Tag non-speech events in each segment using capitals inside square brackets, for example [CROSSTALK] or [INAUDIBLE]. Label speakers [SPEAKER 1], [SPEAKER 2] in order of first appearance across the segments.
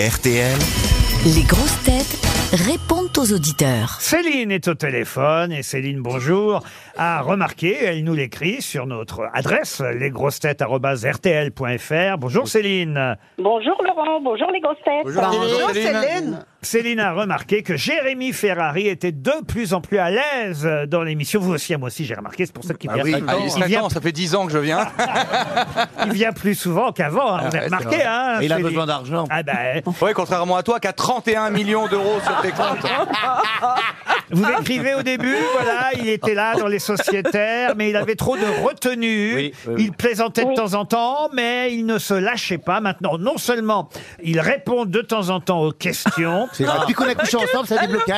[SPEAKER 1] RTL.
[SPEAKER 2] Les grosses têtes répondent aux auditeurs.
[SPEAKER 3] Céline est au téléphone et Céline, bonjour, a remarqué, elle nous l'écrit sur notre adresse, lesgrossetêtes.rtl.fr. Bonjour Céline.
[SPEAKER 4] Bonjour Laurent, bonjour les grosses têtes.
[SPEAKER 3] Céline a remarqué que Jérémy Ferrari était de plus en plus à l'aise dans l'émission. Vous aussi, moi aussi, j'ai remarqué, c'est pour ça qu'il vient,
[SPEAKER 5] oui. Ah, il est
[SPEAKER 3] il
[SPEAKER 5] cinq
[SPEAKER 3] vient-
[SPEAKER 5] ans, ça fait 10 ans que je viens.
[SPEAKER 3] il vient plus souvent qu'avant,
[SPEAKER 5] Ah
[SPEAKER 3] hein. vous avez remarqué. Hein,
[SPEAKER 6] Il a
[SPEAKER 3] Céline
[SPEAKER 6] besoin d'argent.
[SPEAKER 3] Ah ben,
[SPEAKER 5] [LAUGHS] Ouais, contrairement à toi qui as 31 millions d'euros sur tes comptes.
[SPEAKER 3] vous écrivez au début, voilà, il était là dans les sociétaires, mais il avait trop de retenue.
[SPEAKER 6] Oui, oui,
[SPEAKER 3] Il plaisantait de temps en temps, mais il ne se lâchait pas. Maintenant, non seulement il répond de temps en temps aux
[SPEAKER 5] [LAUGHS]
[SPEAKER 3] questions,
[SPEAKER 6] Depuis qu'on a couché ensemble, ça débloqué.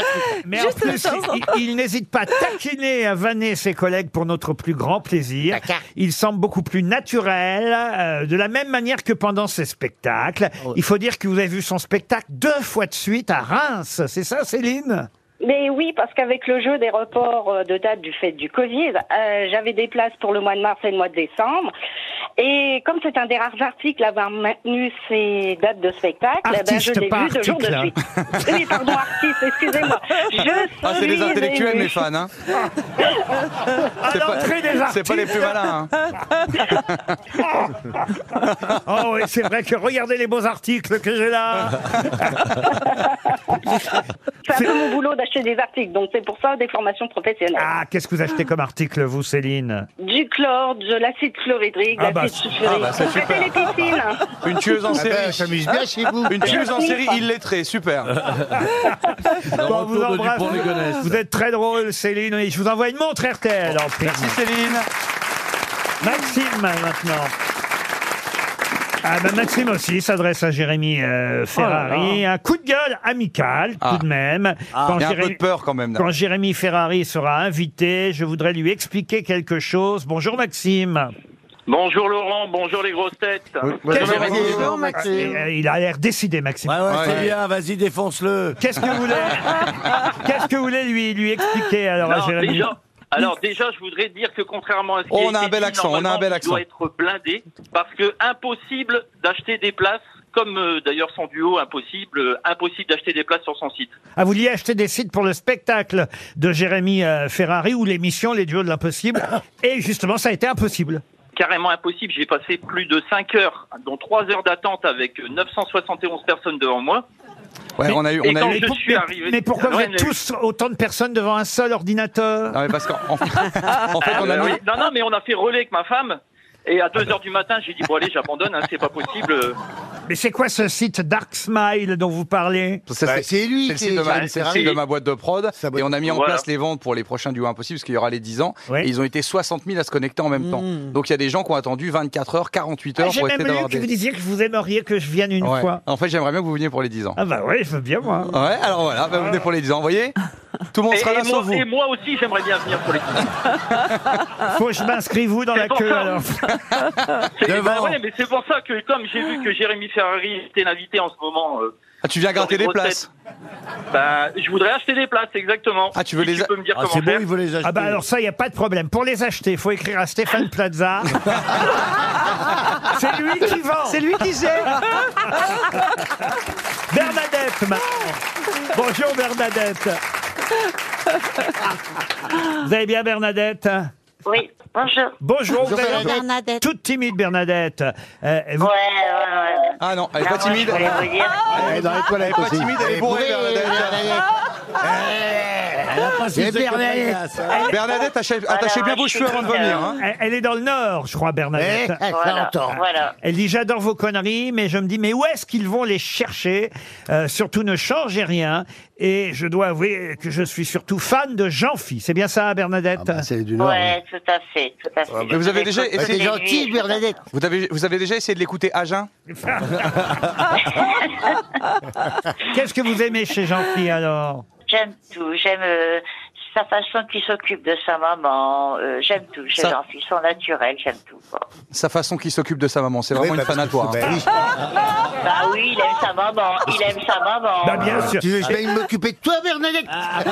[SPEAKER 3] Mais en plus, il, il- il n'hésite pas à taquiner et à vanner ses collègues pour notre plus grand plaisir. Il semble beaucoup plus naturel, euh, de la même manière que pendant ses spectacles.
[SPEAKER 5] Oh.
[SPEAKER 3] Il faut dire que vous avez vu son spectacle deux fois de suite à Reims. C'est ça, Céline
[SPEAKER 4] Mais oui, parce qu'avec le jeu des reports euh, de date du fait du Covid, euh, j'avais des places pour le mois de mars et le mois de décembre. Et comme c'est un des rares articles à avoir maintenu ces dates de spectacle, eh ben, je
[SPEAKER 3] Artiste,
[SPEAKER 4] l'ai
[SPEAKER 3] pas
[SPEAKER 4] vu deux jours de
[SPEAKER 3] article,
[SPEAKER 4] suite. oui, pardon, artiste, excusez-moi. Je
[SPEAKER 5] Ah, c'est les
[SPEAKER 4] suis
[SPEAKER 5] intellectuels,
[SPEAKER 4] émue.
[SPEAKER 5] mes fans. Hein.
[SPEAKER 3] À l'entrée des
[SPEAKER 5] C'est
[SPEAKER 3] artistes
[SPEAKER 5] pas les plus malins. hein.
[SPEAKER 3] Oh oui, c'est vrai que regardez les beaux articles que j'ai là
[SPEAKER 4] C'est un peu mon boulot d'acheter des articles, donc c'est pour ça des formations professionnelles.
[SPEAKER 3] Ah, qu'est-ce que vous achetez comme article, vous, Céline
[SPEAKER 4] Du chlore, de l'acide chlorhydrique, de
[SPEAKER 3] Ah bah,
[SPEAKER 4] l'acide sulfurique.
[SPEAKER 5] ah bah, c'est
[SPEAKER 4] Vous faites les piscines
[SPEAKER 5] Une tueuse en série.
[SPEAKER 6] s'amuse Eh, bien chez vous.
[SPEAKER 5] Une tueuse en série illettrée, super.
[SPEAKER 3] Bon, vous embrasse. Vous êtes très drôle, Céline. Et je vous envoie une montre RTL en plus.
[SPEAKER 5] Merci Céline.
[SPEAKER 3] Maxime maintenant. Ah ben Maxime aussi s'adresse à Jérémy euh, Ferrari. Un coup de gueule amical tout
[SPEAKER 5] Oh Ah.
[SPEAKER 3] de même.
[SPEAKER 5] Il y a un peu
[SPEAKER 3] Jérémy-
[SPEAKER 5] de peur quand même. là.
[SPEAKER 3] quand Jérémy Ferrari sera invité, je voudrais lui expliquer quelque chose. Bonjour Maxime.
[SPEAKER 7] Bonjour Laurent, bonjour les grosses têtes.
[SPEAKER 3] Qu'est-ce
[SPEAKER 5] Bonjour,
[SPEAKER 3] que-
[SPEAKER 5] Maxime.
[SPEAKER 3] Et, euh, Il a l'air décidé Maxime.
[SPEAKER 6] Ouais, ouais, c'est
[SPEAKER 5] Ouais.
[SPEAKER 6] bien, vas-y, défonce-le.
[SPEAKER 3] Qu'est-ce que vous voulez Qu'est-ce que vous voulez lui lui expliquer alors à
[SPEAKER 7] Non,
[SPEAKER 3] Jérémy
[SPEAKER 7] déjà, alors déjà, je voudrais dire que contrairement à ce qui
[SPEAKER 5] Oh, On a
[SPEAKER 7] été
[SPEAKER 5] un bel
[SPEAKER 7] dit,
[SPEAKER 5] accent, on a un
[SPEAKER 7] normalement,
[SPEAKER 5] bel
[SPEAKER 7] Il
[SPEAKER 5] accent.
[SPEAKER 7] doit être blindé parce que impossible d'acheter des places. Comme euh, d'ailleurs son duo, impossible, euh, impossible d'acheter des places sur son site.
[SPEAKER 3] Ah, vous vouliez acheter des sites pour le spectacle de Jérémy euh, Ferrari ou l'émission Les Duos de l'impossible et justement ça a été impossible.
[SPEAKER 7] Carrément impossible. J'ai passé plus de 5 heures, dont 3 heures d'attente avec euh, 971 personnes devant moi.
[SPEAKER 5] Ouais, on a eu. On
[SPEAKER 7] Et
[SPEAKER 5] a
[SPEAKER 7] quand
[SPEAKER 5] eu...
[SPEAKER 7] Ah, je
[SPEAKER 3] pour-
[SPEAKER 7] suis arrivé.
[SPEAKER 3] mais pourquoi vous
[SPEAKER 7] Ouais,
[SPEAKER 3] êtes
[SPEAKER 7] mais-
[SPEAKER 3] tous autant de personnes devant un seul ordinateur
[SPEAKER 5] Non, mais parce qu'en en en fait, on a
[SPEAKER 7] Euh,
[SPEAKER 5] mis.
[SPEAKER 7] oui. Non, non, mais on a fait relais avec ma femme. Et à
[SPEAKER 5] Ah, bah.
[SPEAKER 7] 2 heures du matin, j'ai dit, bon, allez, j'abandonne, hein, c'est pas possible.
[SPEAKER 3] Mais c'est quoi ce site Dark Smile dont vous parlez
[SPEAKER 5] Ça,
[SPEAKER 6] Bah, c'est lui
[SPEAKER 5] C'est le
[SPEAKER 6] qui
[SPEAKER 5] site
[SPEAKER 6] est-
[SPEAKER 5] de ma-
[SPEAKER 6] Ouais,
[SPEAKER 5] c'est le
[SPEAKER 7] c'est
[SPEAKER 5] site de
[SPEAKER 7] lui.
[SPEAKER 5] ma boîte de prod.
[SPEAKER 6] Sa boîte-
[SPEAKER 5] Et on a mis en
[SPEAKER 7] Voilà.
[SPEAKER 5] place les ventes pour les prochains duos impossibles, parce qu'il y aura les 10 ans.
[SPEAKER 3] Ouais.
[SPEAKER 5] Et ils ont été 60 000 à se connecter en même temps. Donc il y a des gens qui ont attendu 24 heures, 48 heures
[SPEAKER 3] Ah, J'ai
[SPEAKER 5] pour
[SPEAKER 3] même
[SPEAKER 5] essayer
[SPEAKER 3] lu
[SPEAKER 5] d'avoir
[SPEAKER 3] que
[SPEAKER 5] des.
[SPEAKER 3] vous disiez que vous aimeriez que je vienne une
[SPEAKER 5] Ouais.
[SPEAKER 3] fois.
[SPEAKER 5] En fait, j'aimerais bien que vous veniez pour les 10 ans.
[SPEAKER 3] Ah bah ouais, je veux bien moi.
[SPEAKER 5] Ouais, alors voilà, bah, vous venez pour les 10 ans, vous voyez Tout le monde
[SPEAKER 7] Et,
[SPEAKER 5] sera
[SPEAKER 7] et
[SPEAKER 5] là
[SPEAKER 7] moi,
[SPEAKER 5] sauf vous.
[SPEAKER 7] et moi aussi, j'aimerais bien venir pour les
[SPEAKER 3] Faut que je m'inscrive vous dans la
[SPEAKER 7] C'est pour
[SPEAKER 3] queue
[SPEAKER 7] ça.
[SPEAKER 3] alors.
[SPEAKER 7] C'est-
[SPEAKER 6] Devant.
[SPEAKER 7] bah ouais, mais c'est pour ça que comme j'ai vu que Jérémy Ferrari était l'invité en ce moment, euh,
[SPEAKER 5] Ah, tu viens gratter
[SPEAKER 7] les
[SPEAKER 5] des
[SPEAKER 7] grosses
[SPEAKER 5] places.
[SPEAKER 7] bah, je voudrais acheter des places, exactement.
[SPEAKER 5] Ah, tu veux
[SPEAKER 7] Si
[SPEAKER 5] les a-
[SPEAKER 7] Tu peux me dire
[SPEAKER 6] Ah, c'est
[SPEAKER 7] comment
[SPEAKER 6] bon,
[SPEAKER 7] faire.
[SPEAKER 6] il veut les acheter.
[SPEAKER 3] Ah bah alors ça, il n'y a pas de problème. Pour les acheter, il faut écrire à Stéphane [LAUGHS] Plaza. C'est lui qui vend. C'est lui qui gère. Bernadette maintenant. Bonjour Bernadette. Vous allez bien Bernadette
[SPEAKER 8] Oui, bonjour.
[SPEAKER 3] Bonjour, vous allez bien
[SPEAKER 8] Bernadette.
[SPEAKER 3] Toute timide Bernadette. Euh, vous-
[SPEAKER 8] Ouais, ouais, ouais.
[SPEAKER 5] Ah non, elle est pas
[SPEAKER 8] Ah, moi,
[SPEAKER 5] timide.
[SPEAKER 8] Je voulais vous dire.
[SPEAKER 6] Elle est dans les toilettes
[SPEAKER 5] pas
[SPEAKER 6] aussi.
[SPEAKER 5] timide, elle est bourrée,
[SPEAKER 6] bah, C'est Bernadette.
[SPEAKER 5] Bernadette, attache- attachez bien
[SPEAKER 8] Voilà,
[SPEAKER 5] vos
[SPEAKER 8] je
[SPEAKER 5] cheveux
[SPEAKER 8] suis
[SPEAKER 5] avant de
[SPEAKER 8] timide,
[SPEAKER 5] venir. hein.
[SPEAKER 3] elle- Elle est dans le Nord, je crois, Bernadette.
[SPEAKER 8] Voilà, voilà.
[SPEAKER 3] Elle dit j'adore vos conneries, mais je me dis mais où est-ce qu'ils vont les chercher Euh, Surtout ne changez rien. Et je dois avouer que je suis surtout fan de Jean-Phi. C'est bien ça, Bernadette
[SPEAKER 6] C'est du Nord.
[SPEAKER 8] Ouais, tout à fait, tout à fait.
[SPEAKER 5] Ah, hein. mais vous avez déjà essayé-
[SPEAKER 8] C'est Bah, gentil, Bernadette.
[SPEAKER 5] Vous, avez, vous avez déjà essayé de l'écouter à jeun
[SPEAKER 3] Qu'est-ce que vous aimez chez Jean-Phi alors
[SPEAKER 8] J'aime tout, j'aime euh, sa façon qu'il s'occupe de sa maman, euh, j'aime tout, chez
[SPEAKER 5] Ça-
[SPEAKER 8] jean fils son naturel, j'aime tout. quoi.
[SPEAKER 5] Sa façon qu'il s'occupe de sa maman, c'est vraiment une fan à toi. hein.
[SPEAKER 8] Bah oui, il aime sa maman, il aime sa maman.
[SPEAKER 3] Bah bien sûr.
[SPEAKER 6] veux, je vais m'occuper de toi, Bernadette.
[SPEAKER 5] Ah,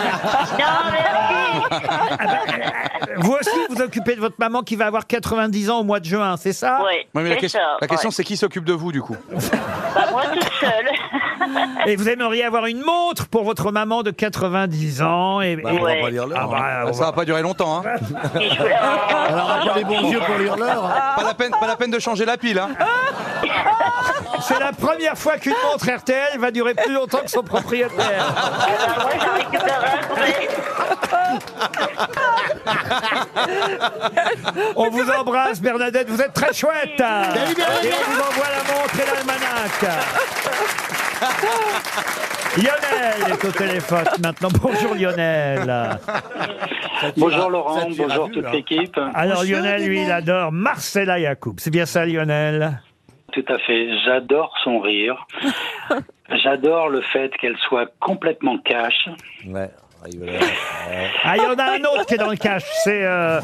[SPEAKER 8] Non, merci.
[SPEAKER 3] Vous aussi vous occupez de votre maman qui va avoir 90 ans au mois de juin, c'est ça
[SPEAKER 8] Ouais,
[SPEAKER 5] Ouais, mais la,
[SPEAKER 8] c'est
[SPEAKER 5] question-
[SPEAKER 8] ça.
[SPEAKER 5] la question,
[SPEAKER 8] ouais.
[SPEAKER 5] c'est qui s'occupe de vous, du coup
[SPEAKER 8] Bah moi toute seule.
[SPEAKER 3] Et vous aimeriez avoir une montre pour votre maman de 90 ans. Et,
[SPEAKER 6] Bah,
[SPEAKER 3] et-
[SPEAKER 6] on va pas lire l'heure.
[SPEAKER 3] Ah, bah, on
[SPEAKER 5] Ça va pas durer longtemps.
[SPEAKER 3] [LAUGHS]
[SPEAKER 5] Hein.
[SPEAKER 6] Elle aura bien les bons yeux pour lire l'heure. hein.
[SPEAKER 5] Pas, la peine, pas la peine de changer la pile. Hein.
[SPEAKER 3] va- C'est la première fois qu'une montre RTL va durer plus longtemps que son propriétaire.
[SPEAKER 8] Alors, moi, j'en récupère un pour les-
[SPEAKER 3] On vous embrasse, Bernadette. Vous êtes très chouette. Et
[SPEAKER 6] Salut, Bernadette.
[SPEAKER 3] on vous envoie la montre et l'almanach. Lionel est au téléphone maintenant. Bonjour Lionel.
[SPEAKER 7] Bonjour Laurent,
[SPEAKER 6] Ça, tu
[SPEAKER 7] bonjour
[SPEAKER 6] l'as vu,
[SPEAKER 7] toute
[SPEAKER 6] là.
[SPEAKER 7] l'équipe.
[SPEAKER 5] Ah,
[SPEAKER 3] Alors
[SPEAKER 1] Bonjour,
[SPEAKER 3] Lionel, lui, il
[SPEAKER 1] Lionel.
[SPEAKER 3] adore Marcella Yacoub. C'est bien ça, Lionel
[SPEAKER 7] Tout à fait, j'adore son rire. J'adore le fait qu'elle soit complètement cash.
[SPEAKER 6] Ouais. il va la-
[SPEAKER 3] Ah, il y en a un autre qui est dans le cache. C'est. euh,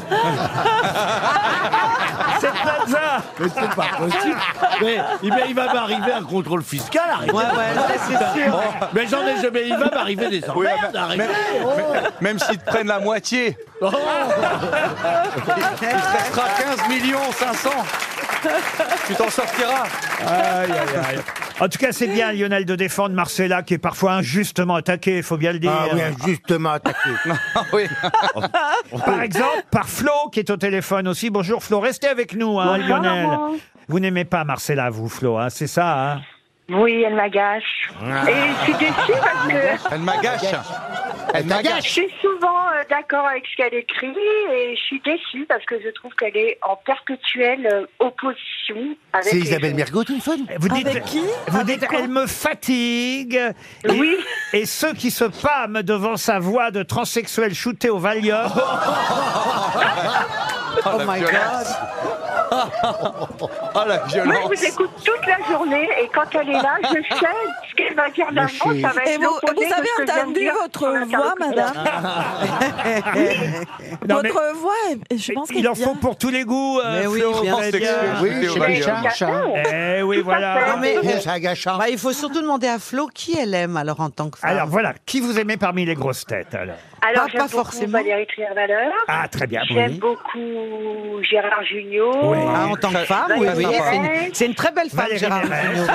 [SPEAKER 3] c'est Plaza.
[SPEAKER 6] Mais c'est pas possible. Mais, eh ben, il va m'arriver un contrôle fiscal, arrêtez.
[SPEAKER 1] c'est sûr.
[SPEAKER 6] Oh, mais j'en ai jamais. Il va m'arriver des emmerdes,
[SPEAKER 9] ah,
[SPEAKER 6] arrêtez.
[SPEAKER 5] Même s'ils te prennent la moitié,
[SPEAKER 6] Oh.
[SPEAKER 5] il te restera 15 millions 500. Tu t'en sortiras.
[SPEAKER 3] Aïe, aïe, aïe. En tout cas, c'est bien, Lionel, de défendre Marcella, qui est parfois injustement attaquée, il faut bien le dire.
[SPEAKER 9] Ah oui, justement attaqué.
[SPEAKER 5] Ah oui.
[SPEAKER 3] Par exemple, par Flo, qui est au téléphone aussi. Bonjour Flo, restez avec nous, hein,
[SPEAKER 4] Bonjour,
[SPEAKER 3] Lionel.
[SPEAKER 4] Laurent.
[SPEAKER 3] Vous n'aimez pas Marcella, vous, Flo, hein, c'est ça hein
[SPEAKER 4] Oui, elle m'agace. Et je suis déçue parce que
[SPEAKER 5] Elle m'agache.
[SPEAKER 9] Elle
[SPEAKER 4] je
[SPEAKER 9] m'agace.
[SPEAKER 4] suis souvent euh, d'accord avec ce qu'elle écrit et je suis déçue parce que je trouve qu'elle est en perpétuelle euh, opposition avec.
[SPEAKER 9] C'est
[SPEAKER 4] les
[SPEAKER 9] Isabelle
[SPEAKER 4] autres.
[SPEAKER 9] Mergo, téléphone
[SPEAKER 3] Vous
[SPEAKER 1] Avec qui
[SPEAKER 3] vous
[SPEAKER 1] Avec
[SPEAKER 3] dites,
[SPEAKER 1] quoi
[SPEAKER 3] elle me fatigue. Et,
[SPEAKER 4] Oui.
[SPEAKER 3] et ceux qui se pâment devant sa voix de transsexuel shooté au Valium.
[SPEAKER 5] Oh, la
[SPEAKER 1] my
[SPEAKER 5] violence. Oh la
[SPEAKER 4] Moi,
[SPEAKER 5] violence.
[SPEAKER 4] je vous écoute toute la journée et quand elle est là, je sais ce qu'elle va dire d'avant. Ça va
[SPEAKER 1] Et
[SPEAKER 4] être
[SPEAKER 1] vous, vous
[SPEAKER 4] l'opposé de
[SPEAKER 1] avez
[SPEAKER 4] ce que vient de
[SPEAKER 1] entendu
[SPEAKER 4] dire
[SPEAKER 1] votre
[SPEAKER 4] son
[SPEAKER 1] voix,
[SPEAKER 4] interlocuteur.
[SPEAKER 1] madame
[SPEAKER 3] Non, mais-
[SPEAKER 1] Votre voix, est- je pense qu'elle
[SPEAKER 3] Il en
[SPEAKER 1] est
[SPEAKER 3] faut
[SPEAKER 1] bien.
[SPEAKER 3] pour tous les goûts. euh,
[SPEAKER 10] Mais oui,
[SPEAKER 3] Flo,
[SPEAKER 10] bien
[SPEAKER 3] vous allez
[SPEAKER 5] sûr.
[SPEAKER 3] bien.
[SPEAKER 9] Oui,
[SPEAKER 5] C'était au
[SPEAKER 9] c'est
[SPEAKER 5] Valium.
[SPEAKER 9] les charges. hein.
[SPEAKER 3] Eh oui, voilà.
[SPEAKER 4] fait.
[SPEAKER 10] [LAUGHS] Non, mais,
[SPEAKER 6] Eh,
[SPEAKER 9] Oui, ça gâche. hein.
[SPEAKER 10] bah, il faut surtout demander à Flo qui elle aime alors en tant que femme.
[SPEAKER 3] Alors voilà, qui vous aimez parmi les grosses têtes alors
[SPEAKER 4] Alors,
[SPEAKER 10] Pas-
[SPEAKER 4] j'aime
[SPEAKER 10] pas
[SPEAKER 4] beaucoup
[SPEAKER 10] forcément.
[SPEAKER 4] Valérie Trierweiler.
[SPEAKER 3] Ah, très bien.
[SPEAKER 4] J'aime beaucoup Gérard Euh, Junior.
[SPEAKER 3] Oui.
[SPEAKER 10] Ah, en tant que
[SPEAKER 5] Très-
[SPEAKER 10] femme, oui,
[SPEAKER 5] très
[SPEAKER 10] oui.
[SPEAKER 5] sympa.
[SPEAKER 10] C'est une, c'est une très belle femme,
[SPEAKER 3] Valérie
[SPEAKER 10] Gérard
[SPEAKER 3] Mérès.
[SPEAKER 10] Jugnot.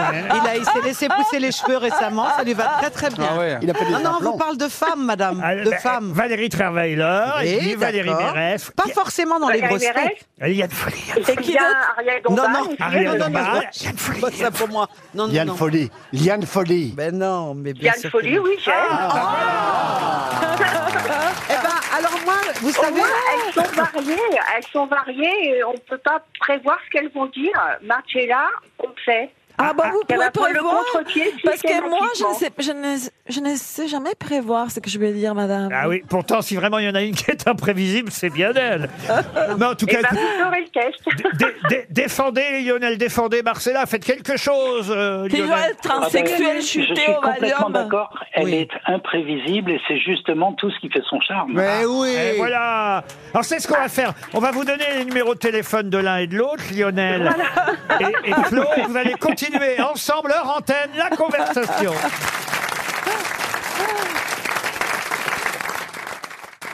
[SPEAKER 10] Il, a, il s'est laissé pousser les cheveux récemment, ça lui va très très bien.
[SPEAKER 5] Ah ouais.
[SPEAKER 6] Il a fait des
[SPEAKER 10] Non, non, on vous
[SPEAKER 6] implants.
[SPEAKER 10] parle de femmes, madame,
[SPEAKER 3] Ah,
[SPEAKER 10] de
[SPEAKER 3] bah, euh,
[SPEAKER 10] femmes.
[SPEAKER 3] Valérie Trierweiler et
[SPEAKER 10] Oui,
[SPEAKER 3] puis Valérie
[SPEAKER 10] d'accord.
[SPEAKER 3] Mérès.
[SPEAKER 10] Pas forcément dans les
[SPEAKER 4] Valérie
[SPEAKER 10] grosses
[SPEAKER 4] Mérès.
[SPEAKER 10] têtes.
[SPEAKER 3] Il y a de
[SPEAKER 4] J'aime
[SPEAKER 1] qui
[SPEAKER 4] bien
[SPEAKER 1] d'autre
[SPEAKER 4] Ariel
[SPEAKER 10] Non,
[SPEAKER 4] Dombal.
[SPEAKER 10] non,
[SPEAKER 3] Ariel
[SPEAKER 10] non, non,
[SPEAKER 3] Dombal.
[SPEAKER 10] non, je- pas Oh, ça pour moi. Non, non,
[SPEAKER 6] Liane
[SPEAKER 10] non.
[SPEAKER 6] Folie. Liane Folie.
[SPEAKER 10] Ben non, mais bien
[SPEAKER 4] Yann
[SPEAKER 10] sûr que
[SPEAKER 4] Folie,
[SPEAKER 10] non.
[SPEAKER 4] oui, j'aime.
[SPEAKER 10] Ah.
[SPEAKER 3] Ah,
[SPEAKER 10] Eh ben, alors moi, vous
[SPEAKER 4] Au
[SPEAKER 10] savez,
[SPEAKER 4] moins, elles sont variées. Elles sont variées et on ne peut pas prévoir ce qu'elles vont dire. Marcella, on sait.
[SPEAKER 1] Ah bah vous
[SPEAKER 4] Elle
[SPEAKER 1] pouvez
[SPEAKER 4] va prendre le
[SPEAKER 1] prévoir
[SPEAKER 4] contre-pied
[SPEAKER 1] Parce que moi, je ne,
[SPEAKER 4] systématiquement.
[SPEAKER 10] hein.
[SPEAKER 1] sais, je, ne, je ne sais jamais prévoir ce que je vais dire, madame.
[SPEAKER 3] Ah oui, pourtant, si vraiment il y en a une qui est imprévisible, c'est bien elle. Mais en tout
[SPEAKER 4] Eh
[SPEAKER 3] cas,
[SPEAKER 4] ben, vous aurez le test.
[SPEAKER 3] dé- dé- défendez Lionel, défendez Marcella, faites quelque chose, euh,
[SPEAKER 1] Qui doit
[SPEAKER 3] Lionel.
[SPEAKER 1] être
[SPEAKER 7] Ah ben,
[SPEAKER 1] transsexuel
[SPEAKER 7] je
[SPEAKER 1] chuté
[SPEAKER 7] suis
[SPEAKER 1] au
[SPEAKER 7] complètement
[SPEAKER 1] Valium.
[SPEAKER 7] d'accord. Elle
[SPEAKER 10] Oui.
[SPEAKER 7] est imprévisible et c'est justement tout ce qui fait son charme.
[SPEAKER 9] Mais oui.
[SPEAKER 6] Eh,
[SPEAKER 3] Et voilà. Alors c'est ce qu'on va faire. On va vous donner les numéros de téléphone de l'un et de l'autre, Lionel et, et Flo. et vous allez continuer ensemble, leur antenne, la conversation.